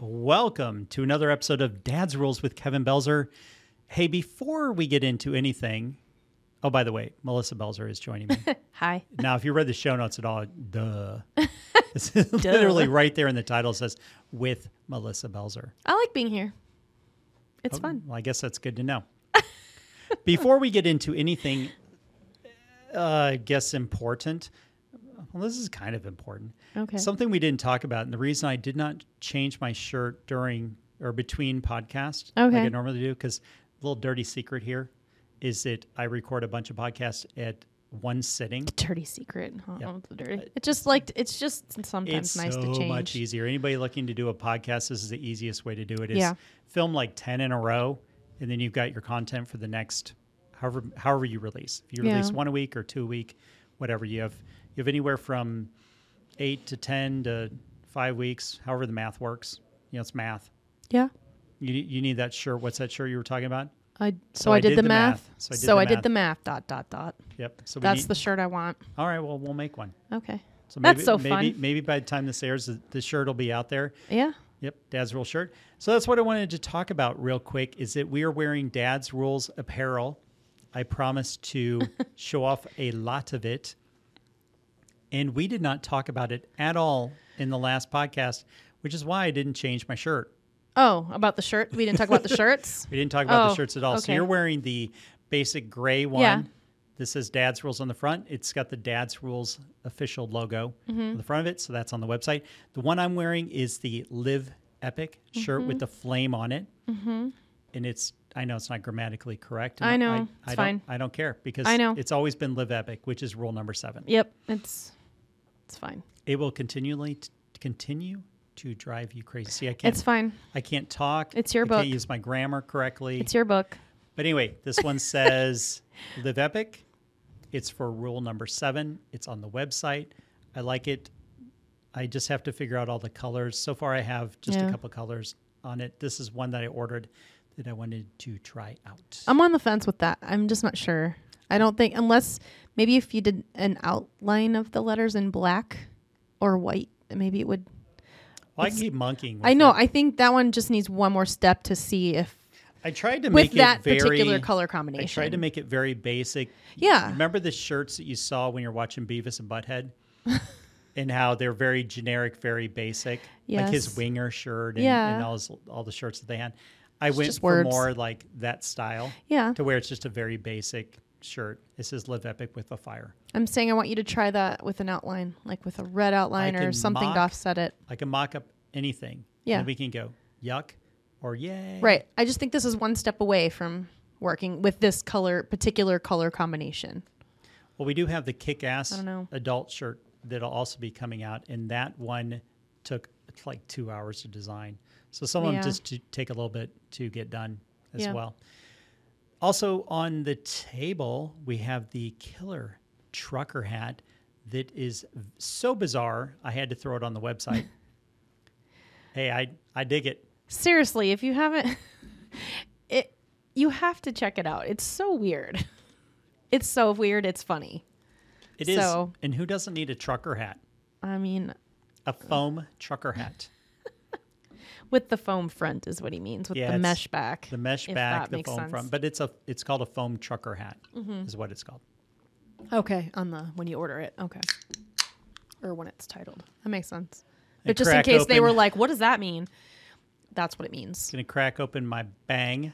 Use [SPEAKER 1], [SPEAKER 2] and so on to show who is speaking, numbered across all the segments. [SPEAKER 1] welcome to another episode of Dad's Rules with Kevin Belzer. Hey, before we get into anything, oh, by the way, Melissa Belzer is joining me.
[SPEAKER 2] Hi.
[SPEAKER 1] now, if you read the show notes at all, duh. It's literally right there in the title it says with Melissa Belzer.
[SPEAKER 2] I like being here. It's fun.
[SPEAKER 1] Well, Oh, I guess that's good to know. Before we get into anything, uh, I guess important. Well, this is kind of important.
[SPEAKER 2] Okay.
[SPEAKER 1] Something we didn't talk about, and the reason I did not change my shirt during or between podcasts like
[SPEAKER 2] Okay.
[SPEAKER 1] I normally do, because a little dirty secret here is that I record a bunch of podcasts at one sitting.
[SPEAKER 2] dirty secret. Huh? Oh, the dirty. It's just like it's just
[SPEAKER 1] it's
[SPEAKER 2] sometimes nice
[SPEAKER 1] so
[SPEAKER 2] to change.
[SPEAKER 1] much easier. Anybody looking to do a podcast, this is the easiest way to do it. Is
[SPEAKER 2] Yeah.
[SPEAKER 1] film like ten in a row, and then you've got your content for the next however however you release. If you
[SPEAKER 2] Yeah.
[SPEAKER 1] release one a week or two a week, whatever you have, you have anywhere from eight to ten to five weeks, however the math works. You know, it's math.
[SPEAKER 2] Yeah.
[SPEAKER 1] You you need that shirt. What's that shirt you were talking about?
[SPEAKER 2] I so, I, did, the, math. So I did, the,
[SPEAKER 1] math.
[SPEAKER 2] math. Dot dot dot.
[SPEAKER 1] Yep. So we
[SPEAKER 2] That's
[SPEAKER 1] need-
[SPEAKER 2] the shirt I want.
[SPEAKER 1] all right. Well, we'll make one.
[SPEAKER 2] Okay.
[SPEAKER 1] So maybe,
[SPEAKER 2] That's so
[SPEAKER 1] maybe,
[SPEAKER 2] fun.
[SPEAKER 1] Maybe by the time this airs, the, the shirt will be out there.
[SPEAKER 2] Yeah.
[SPEAKER 1] Yep, Dad's Rule shirt. So that's what I wanted to talk about real quick is that we are wearing Dad's Rules apparel. I promised to show off a lot of it. And we did not talk about it at all in the last podcast, which is why I didn't change my shirt.
[SPEAKER 2] Oh, about the shirt. We didn't talk about the shirts.
[SPEAKER 1] We didn't talk about the
[SPEAKER 2] Oh,
[SPEAKER 1] shirts at all. So
[SPEAKER 2] okay.
[SPEAKER 1] you're wearing the basic gray one.
[SPEAKER 2] Yeah.
[SPEAKER 1] This says Dad's Rules on the front. It's got the Dad's Rules official logo
[SPEAKER 2] Mm-hmm.
[SPEAKER 1] on the front of it. So that's on the website. The one I'm wearing is the Live Epic shirt with the flame on it. Mm-hmm. And it's, I know it's not grammatically correct. and
[SPEAKER 2] I know.
[SPEAKER 1] I,
[SPEAKER 2] It's
[SPEAKER 1] I don't,
[SPEAKER 2] fine.
[SPEAKER 1] I don't care because
[SPEAKER 2] I know.
[SPEAKER 1] it's always been Live Epic, which is rule number seven.
[SPEAKER 2] Yep. It's it's fine.
[SPEAKER 1] It will continually t- continue to drive you crazy. See, I can't,
[SPEAKER 2] It's fine.
[SPEAKER 1] I can't talk.
[SPEAKER 2] It's your
[SPEAKER 1] I can't
[SPEAKER 2] book.
[SPEAKER 1] use my grammar correctly.
[SPEAKER 2] It's your book.
[SPEAKER 1] But anyway, this one says Live Epic. It's for rule number seven. It's on the website. I like it. I just have to figure out all the colors. So far, I have just a
[SPEAKER 2] Yeah.
[SPEAKER 1] couple colors on it. This is one that I ordered that I wanted to try out.
[SPEAKER 2] I'm on the fence with that. I'm just not sure. I don't think unless maybe if you did an outline of the letters in black or white, maybe it would.
[SPEAKER 1] well, I keep monkeying. With
[SPEAKER 2] I know.
[SPEAKER 1] it.
[SPEAKER 2] I think that one just needs one more step to see if
[SPEAKER 1] I tried to
[SPEAKER 2] with
[SPEAKER 1] make
[SPEAKER 2] that
[SPEAKER 1] it very,
[SPEAKER 2] particular color
[SPEAKER 1] I
[SPEAKER 2] combination.
[SPEAKER 1] tried to make it very basic.
[SPEAKER 2] yeah.
[SPEAKER 1] Remember the shirts that you saw when you're watching Beavis and Butthead? and how they're very generic, very basic. Like his
[SPEAKER 2] Yes.
[SPEAKER 1] winger shirt and, and
[SPEAKER 2] Yeah.
[SPEAKER 1] all, his, all the shirts that they had. I went
[SPEAKER 2] just
[SPEAKER 1] for
[SPEAKER 2] words.
[SPEAKER 1] more like that style
[SPEAKER 2] Yeah.
[SPEAKER 1] to where it's just a very basic shirt. This is Live Epic with a Fire.
[SPEAKER 2] I'm saying I want you to try that with an outline, like with a red outline
[SPEAKER 1] can
[SPEAKER 2] or something
[SPEAKER 1] mock-
[SPEAKER 2] to offset it.
[SPEAKER 1] I can mock up anything.
[SPEAKER 2] Yeah.
[SPEAKER 1] And we can go yuck or yay.
[SPEAKER 2] Right. I just think this is one step away from working with this color particular color combination.
[SPEAKER 1] Well, we do have the kick ass
[SPEAKER 2] don't know.
[SPEAKER 1] adult shirt that'll also be coming out, and that one took it's like two hours to design. So some of them
[SPEAKER 2] Yeah.
[SPEAKER 1] just to take a little bit to get done as
[SPEAKER 2] Yeah.
[SPEAKER 1] well. Also on the table, we have the killer trucker hat that is so bizarre. I had to throw it on the website. hey, I I dig it.
[SPEAKER 2] Seriously, if you haven't it you have to check it out. It's so weird. It's so weird, it's funny.
[SPEAKER 1] It is,
[SPEAKER 2] So-
[SPEAKER 1] and who doesn't need a trucker hat?
[SPEAKER 2] I mean,
[SPEAKER 1] A foam trucker hat.
[SPEAKER 2] with the foam front is what he means, with
[SPEAKER 1] Yeah,
[SPEAKER 2] the
[SPEAKER 1] it's
[SPEAKER 2] mesh back.
[SPEAKER 1] the mesh
[SPEAKER 2] if
[SPEAKER 1] back,
[SPEAKER 2] that
[SPEAKER 1] the
[SPEAKER 2] makes
[SPEAKER 1] foam
[SPEAKER 2] sense. Mm-hmm.
[SPEAKER 1] front, but it's a it's called a foam trucker hat, is what it's called.
[SPEAKER 2] Okay, on the when you order it. Okay. Or when it's titled. That makes sense.
[SPEAKER 1] And
[SPEAKER 2] But just in
[SPEAKER 1] crack
[SPEAKER 2] case they were
[SPEAKER 1] open-
[SPEAKER 2] like, what does that mean? That's what it means.
[SPEAKER 1] Gonna crack open my bang,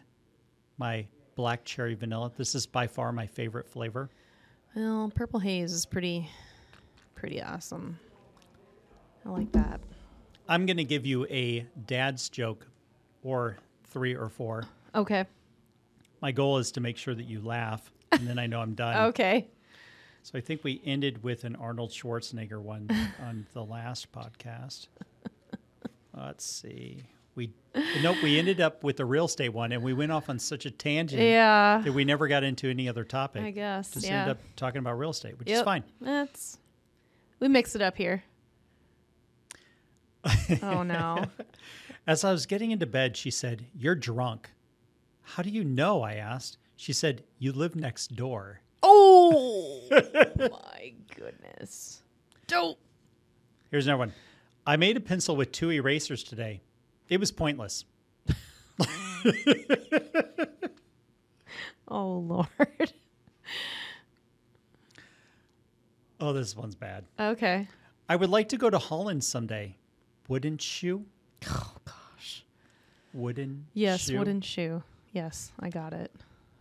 [SPEAKER 1] my black cherry vanilla. This is by far my favorite flavor.
[SPEAKER 2] Well, purple haze is pretty pretty awesome. I like that.
[SPEAKER 1] I'm gonna give you a dad's joke, or three or four.
[SPEAKER 2] Okay.
[SPEAKER 1] My goal is to make sure that you laugh, and then I know I'm done.
[SPEAKER 2] Okay.
[SPEAKER 1] So I think we ended with an Arnold Schwarzenegger one on the last podcast. Let's see. We nope. We ended up with the real estate one, and we went off on such a tangent.
[SPEAKER 2] Yeah.
[SPEAKER 1] that we never got into any other topic.
[SPEAKER 2] I guess,
[SPEAKER 1] Just
[SPEAKER 2] yeah.
[SPEAKER 1] ended up talking about real estate, which is
[SPEAKER 2] Yep.
[SPEAKER 1] fine.
[SPEAKER 2] That's we mix it up here. oh no.
[SPEAKER 1] As I was getting into bed, she said, You're drunk. How do you know? I asked. She said, You live next door.
[SPEAKER 2] Oh my goodness. Dope.
[SPEAKER 1] Here's another one. I made a pencil with two erasers today. It was pointless.
[SPEAKER 2] Oh lord.
[SPEAKER 1] Oh, this one's bad.
[SPEAKER 2] okay.
[SPEAKER 1] I would like to go to Holland someday. Wouldn't you?
[SPEAKER 2] Oh gosh.
[SPEAKER 1] Wooden.
[SPEAKER 2] Yes,
[SPEAKER 1] shoe?
[SPEAKER 2] wooden shoe. Yes, I got it.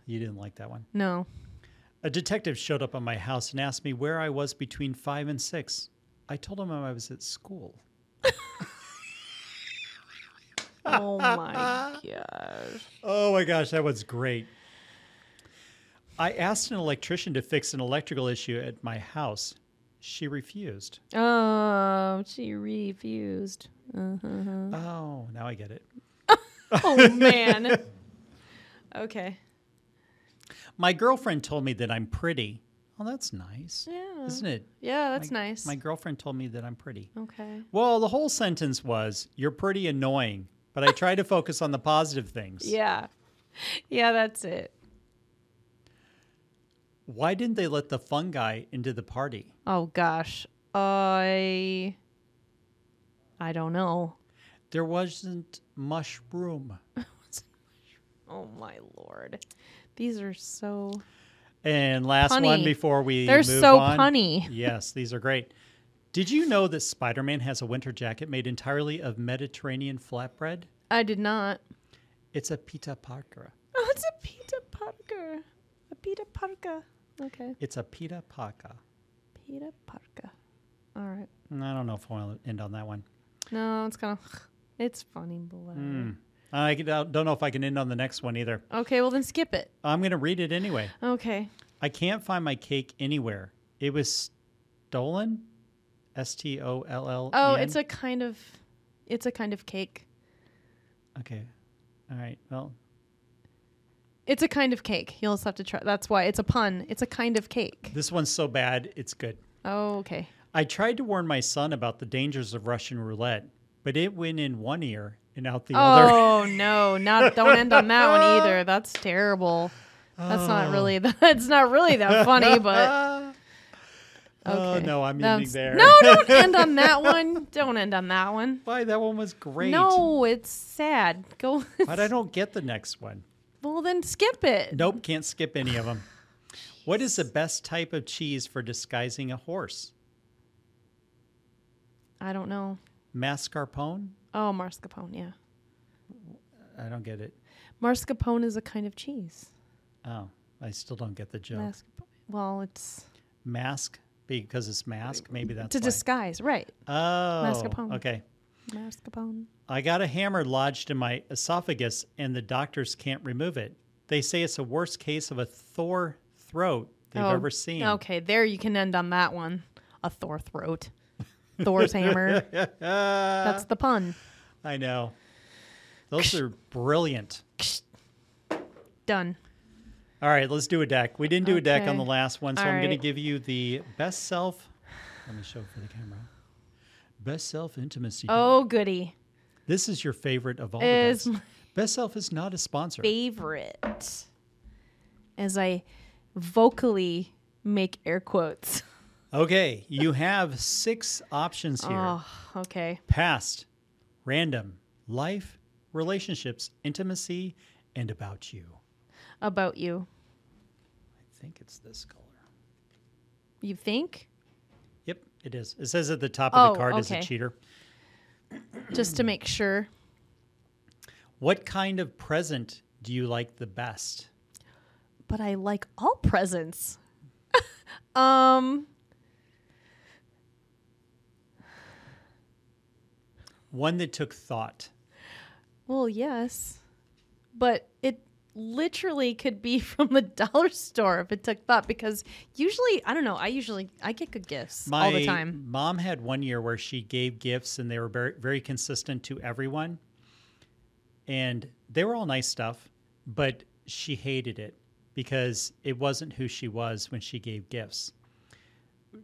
[SPEAKER 1] You didn't like that one.
[SPEAKER 2] No.
[SPEAKER 1] A detective showed up at my house and asked me where I was between five and six. I told him I was at school.
[SPEAKER 2] Oh my gosh.
[SPEAKER 1] Oh my gosh, that was great. I asked an electrician to fix an electrical issue at my house. She refused.
[SPEAKER 2] Oh, she refused. Uh-huh.
[SPEAKER 1] Oh, now I get it.
[SPEAKER 2] Oh man. okay.
[SPEAKER 1] My girlfriend told me that I'm pretty. Well, that's nice.
[SPEAKER 2] Yeah.
[SPEAKER 1] Isn't it?
[SPEAKER 2] Yeah, that's
[SPEAKER 1] My-
[SPEAKER 2] nice.
[SPEAKER 1] My girlfriend told me that I'm pretty.
[SPEAKER 2] okay.
[SPEAKER 1] Well, the whole sentence was, You're pretty annoying, but I try to focus on the positive things.
[SPEAKER 2] Yeah. Yeah, that's it.
[SPEAKER 1] Why didn't they let the fun guy into the party?
[SPEAKER 2] Oh gosh. I I don't know.
[SPEAKER 1] There wasn't much room.
[SPEAKER 2] Oh my lord. These are so
[SPEAKER 1] And last one
[SPEAKER 2] Punny.
[SPEAKER 1] before we
[SPEAKER 2] They're
[SPEAKER 1] move
[SPEAKER 2] so
[SPEAKER 1] on.
[SPEAKER 2] punny.
[SPEAKER 1] yes, these are great. Did you know that Spider Man has a winter jacket made entirely of Mediterranean flatbread?
[SPEAKER 2] I did not.
[SPEAKER 1] It's a pita parker.
[SPEAKER 2] Oh, it's a Peter Parker. A Peter Parker. Okay.
[SPEAKER 1] It's a pita parka. Mm,
[SPEAKER 2] Peter Parker. All right.
[SPEAKER 1] I don't know if I want to end on that one.
[SPEAKER 2] No, it's kind of it's funny, but whatever.
[SPEAKER 1] Hmm. I could- I don't know if I can end on the next one either.
[SPEAKER 2] Okay, well then skip it.
[SPEAKER 1] I'm going to read it anyway.
[SPEAKER 2] Okay.
[SPEAKER 1] I can't find my cake anywhere. It was stolen? S T O L L. E
[SPEAKER 2] Oh, it's a kind of it's a kind of cake.
[SPEAKER 1] Okay. All right. Well,
[SPEAKER 2] It's a kind of cake. You'll just have to try. That's why it's a pun. It's a kind of cake.
[SPEAKER 1] this one's so bad, it's good.
[SPEAKER 2] Oh, okay.
[SPEAKER 1] I tried to warn my son about the dangers of Russian roulette, but it went in one ear and out the other.
[SPEAKER 2] Oh no, not don't end on that one either. That's terrible. Oh, That's not really that's not really that funny, but
[SPEAKER 1] Ah, Oh,
[SPEAKER 2] okay.
[SPEAKER 1] no, I'm ending
[SPEAKER 2] That's-
[SPEAKER 1] there.
[SPEAKER 2] No, don't end on that one. Don't end on that one.
[SPEAKER 1] Why? That one was great.
[SPEAKER 2] No, it's sad. Go
[SPEAKER 1] But I don't get the next one.
[SPEAKER 2] Well then skip it.
[SPEAKER 1] Nope, can't skip any of them. what is the best type of cheese for disguising a horse?
[SPEAKER 2] I don't know.
[SPEAKER 1] Mascarpone?
[SPEAKER 2] Oh, mascarpone, yeah.
[SPEAKER 1] I don't get it.
[SPEAKER 2] Mascarpone is a kind of cheese.
[SPEAKER 1] Oh, I still don't get the joke. Mask,
[SPEAKER 2] Mascarpone. Well, it's
[SPEAKER 1] because it's mask. Maybe that's
[SPEAKER 2] to
[SPEAKER 1] why.
[SPEAKER 2] disguise, right?
[SPEAKER 1] Oh,
[SPEAKER 2] mascarpone.
[SPEAKER 1] okay.
[SPEAKER 2] Mascarpone.
[SPEAKER 1] I got a hammer lodged in my esophagus, and the doctors can't remove it. They say it's the worst case of a Thor throat they've
[SPEAKER 2] Oh,
[SPEAKER 1] ever seen.
[SPEAKER 2] Okay, there you can end on that one. A Thor throat. Thor's hammer. That's the pun.
[SPEAKER 1] I know. Those are brilliant.
[SPEAKER 2] Done.
[SPEAKER 1] All right, let's do a deck. We didn't do a deck on
[SPEAKER 2] Okay.
[SPEAKER 1] the last one, so
[SPEAKER 2] All
[SPEAKER 1] I'm going to
[SPEAKER 2] right.
[SPEAKER 1] give you the best self. Let me show it for the camera. Best self intimacy. deck.
[SPEAKER 2] Oh, goody.
[SPEAKER 1] This is your favorite of all
[SPEAKER 2] Is
[SPEAKER 1] the decks. Best self is not a sponsor.
[SPEAKER 2] Favorite. As I vocally make air quotes.
[SPEAKER 1] Okay, you have six options here.
[SPEAKER 2] Oh, okay.
[SPEAKER 1] past, random, life, relationships, intimacy, and about you.
[SPEAKER 2] About you.
[SPEAKER 1] I think it's this color.
[SPEAKER 2] You think?
[SPEAKER 1] Yep, it is. It says at the top of
[SPEAKER 2] Oh,
[SPEAKER 1] the card is a
[SPEAKER 2] okay.
[SPEAKER 1] cheater.
[SPEAKER 2] Just to make sure.
[SPEAKER 1] What kind of present do you like the best?
[SPEAKER 2] But I like all presents. um,
[SPEAKER 1] One that took thought.
[SPEAKER 2] well, yes. But it literally could be from the dollar store if it took thought because usually, I don't know, I usually I get good gifts
[SPEAKER 1] My
[SPEAKER 2] all the time.
[SPEAKER 1] mom had one year where she gave gifts and they were very, very consistent to everyone. And they were all nice stuff, but she hated it because it wasn't who she was when she gave gifts.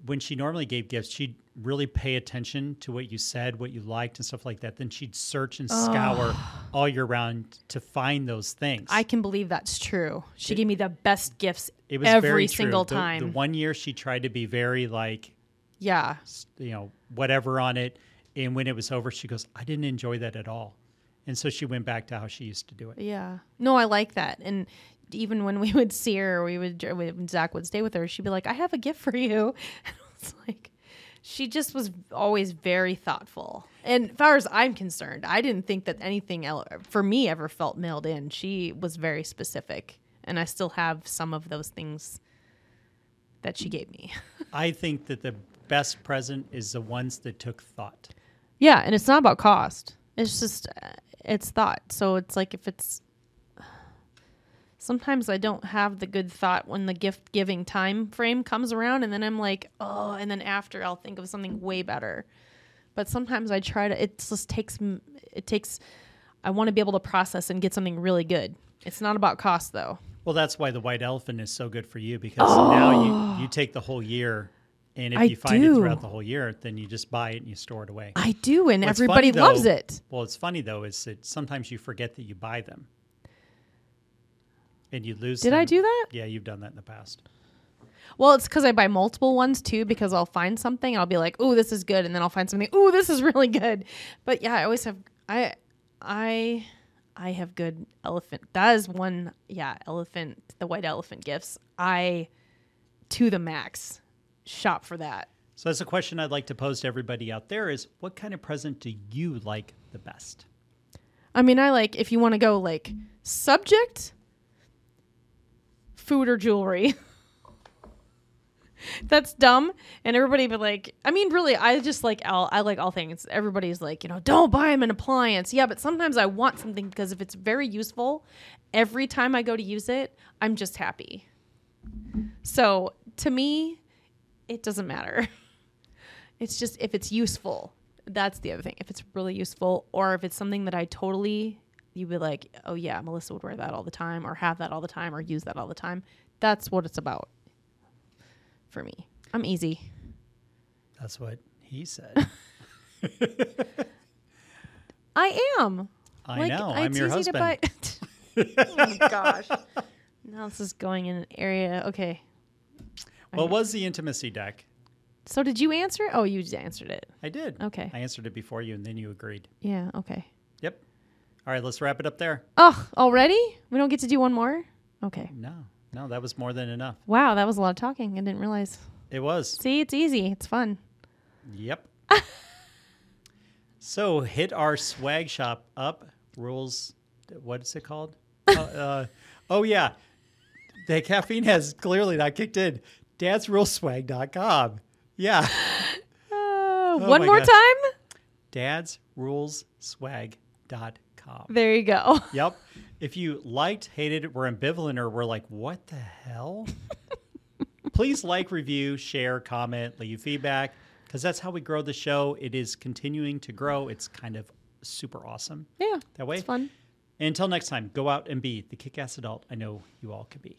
[SPEAKER 1] When she normally gave gifts, she'd really pay attention to what you said, what you liked, and stuff like that. Then she'd search and scour all year round to find those things.
[SPEAKER 2] I can believe that's true. She gave me the best gifts
[SPEAKER 1] it was
[SPEAKER 2] every
[SPEAKER 1] very true.
[SPEAKER 2] single
[SPEAKER 1] The-
[SPEAKER 2] time.
[SPEAKER 1] the one year she tried to be very like
[SPEAKER 2] yeah.
[SPEAKER 1] s- you know whatever on it and when it was over she goes i didn't enjoy that at all And so she went back to how she used to do it.
[SPEAKER 2] Yeah. No, I like that. And even when we would see her, we would when Zach would stay with her. She'd be like, "I have a gift for you." And I was like, she just was always very thoughtful. And as far as I'm concerned, I didn't think that anything else, for me ever felt mailed in. She was very specific, and I still have some of those things that she gave me.
[SPEAKER 1] I think that the best present is the ones that took thought.
[SPEAKER 2] Yeah, and it's not about cost. It's just uh, it's thought. So it's like if it's sometimes I don't have the good thought when the gift giving time frame comes around and then I'm like, "Oh," and then after I'll think of something way better. But sometimes I try to it just takes m- it takes I want to be able to process and get something really good. It's not about cost though.
[SPEAKER 1] Well, that's why the white elephant is so good for you because now you, you take the whole year, and if
[SPEAKER 2] Oh. I
[SPEAKER 1] you find
[SPEAKER 2] do.
[SPEAKER 1] it throughout the whole year, then you just buy it and you store it away.
[SPEAKER 2] I do and
[SPEAKER 1] What's funny,
[SPEAKER 2] everybody
[SPEAKER 1] though-
[SPEAKER 2] loves it.
[SPEAKER 1] Well, it's funny though is that sometimes you forget that you buy them, and you lose.
[SPEAKER 2] Did I
[SPEAKER 1] them.
[SPEAKER 2] do that?
[SPEAKER 1] Yeah, you've done that in the past.
[SPEAKER 2] Well, it's because I buy multiple ones too, because I'll find something, I'll be like, "Ooh, this is good," and then I'll find something, "Ooh, this is really good." But yeah, I always have I, I, I have good elephant. That is one, yeah, elephant, the white elephant gifts. I, to the max, shop for that.
[SPEAKER 1] So that's a question I'd like to pose to everybody out there: is what kind of present do you like the best?
[SPEAKER 2] I mean, I like if you want to go like subject, food or jewelry. That's dumb, and everybody be like, I mean, really, I just like all I like all things. Everybody's like, you know, don't buy him an appliance. Yeah, but sometimes I want something because if it's very useful, every time I go to use it, I'm just happy. So to me, it doesn't matter. It's just if it's useful. That's the other thing. If it's really useful, or if it's something that I totally, you'd be like, oh yeah, Melissa would wear that all the time, or have that all the time, or use that all the time. That's what it's about for me. I'm easy.
[SPEAKER 1] That's what he said.
[SPEAKER 2] I am.
[SPEAKER 1] I know. I'm
[SPEAKER 2] it's
[SPEAKER 1] your
[SPEAKER 2] easy to
[SPEAKER 1] husband.
[SPEAKER 2] buy- oh my gosh. Now this is going in an area. Okay.
[SPEAKER 1] Well, it was the intimacy deck?
[SPEAKER 2] So did you answer it? Oh, you just answered it.
[SPEAKER 1] I did.
[SPEAKER 2] Okay.
[SPEAKER 1] I answered it before you, and then you agreed.
[SPEAKER 2] Yeah. Okay.
[SPEAKER 1] Yep. All right, let's wrap it up there.
[SPEAKER 2] Oh, already? We don't get to do one more? Okay.
[SPEAKER 1] No, no, that was more than enough.
[SPEAKER 2] Wow, that was a lot of talking. I didn't realize.
[SPEAKER 1] It was.
[SPEAKER 2] See, it's easy. It's fun.
[SPEAKER 1] Yep. so hit our swag shop up. Rules. What is it called? uh, uh, oh, yeah. The caffeine has clearly not kicked in. DadsRulesSwag.com. Yeah.
[SPEAKER 2] Uh, One
[SPEAKER 1] Oh, my
[SPEAKER 2] more
[SPEAKER 1] gosh.
[SPEAKER 2] time.
[SPEAKER 1] DadsRulesSwag.com.
[SPEAKER 2] There you go.
[SPEAKER 1] Yep. If you liked, hated, it, were ambivalent, or were like, what the hell? Please like, review, share, comment, leave feedback, because that's how we grow the show. It is continuing to grow. It's kind of super awesome
[SPEAKER 2] Yeah.
[SPEAKER 1] that way.
[SPEAKER 2] It's fun.
[SPEAKER 1] And until next time, go out and be the kick ass adult I know you all could be.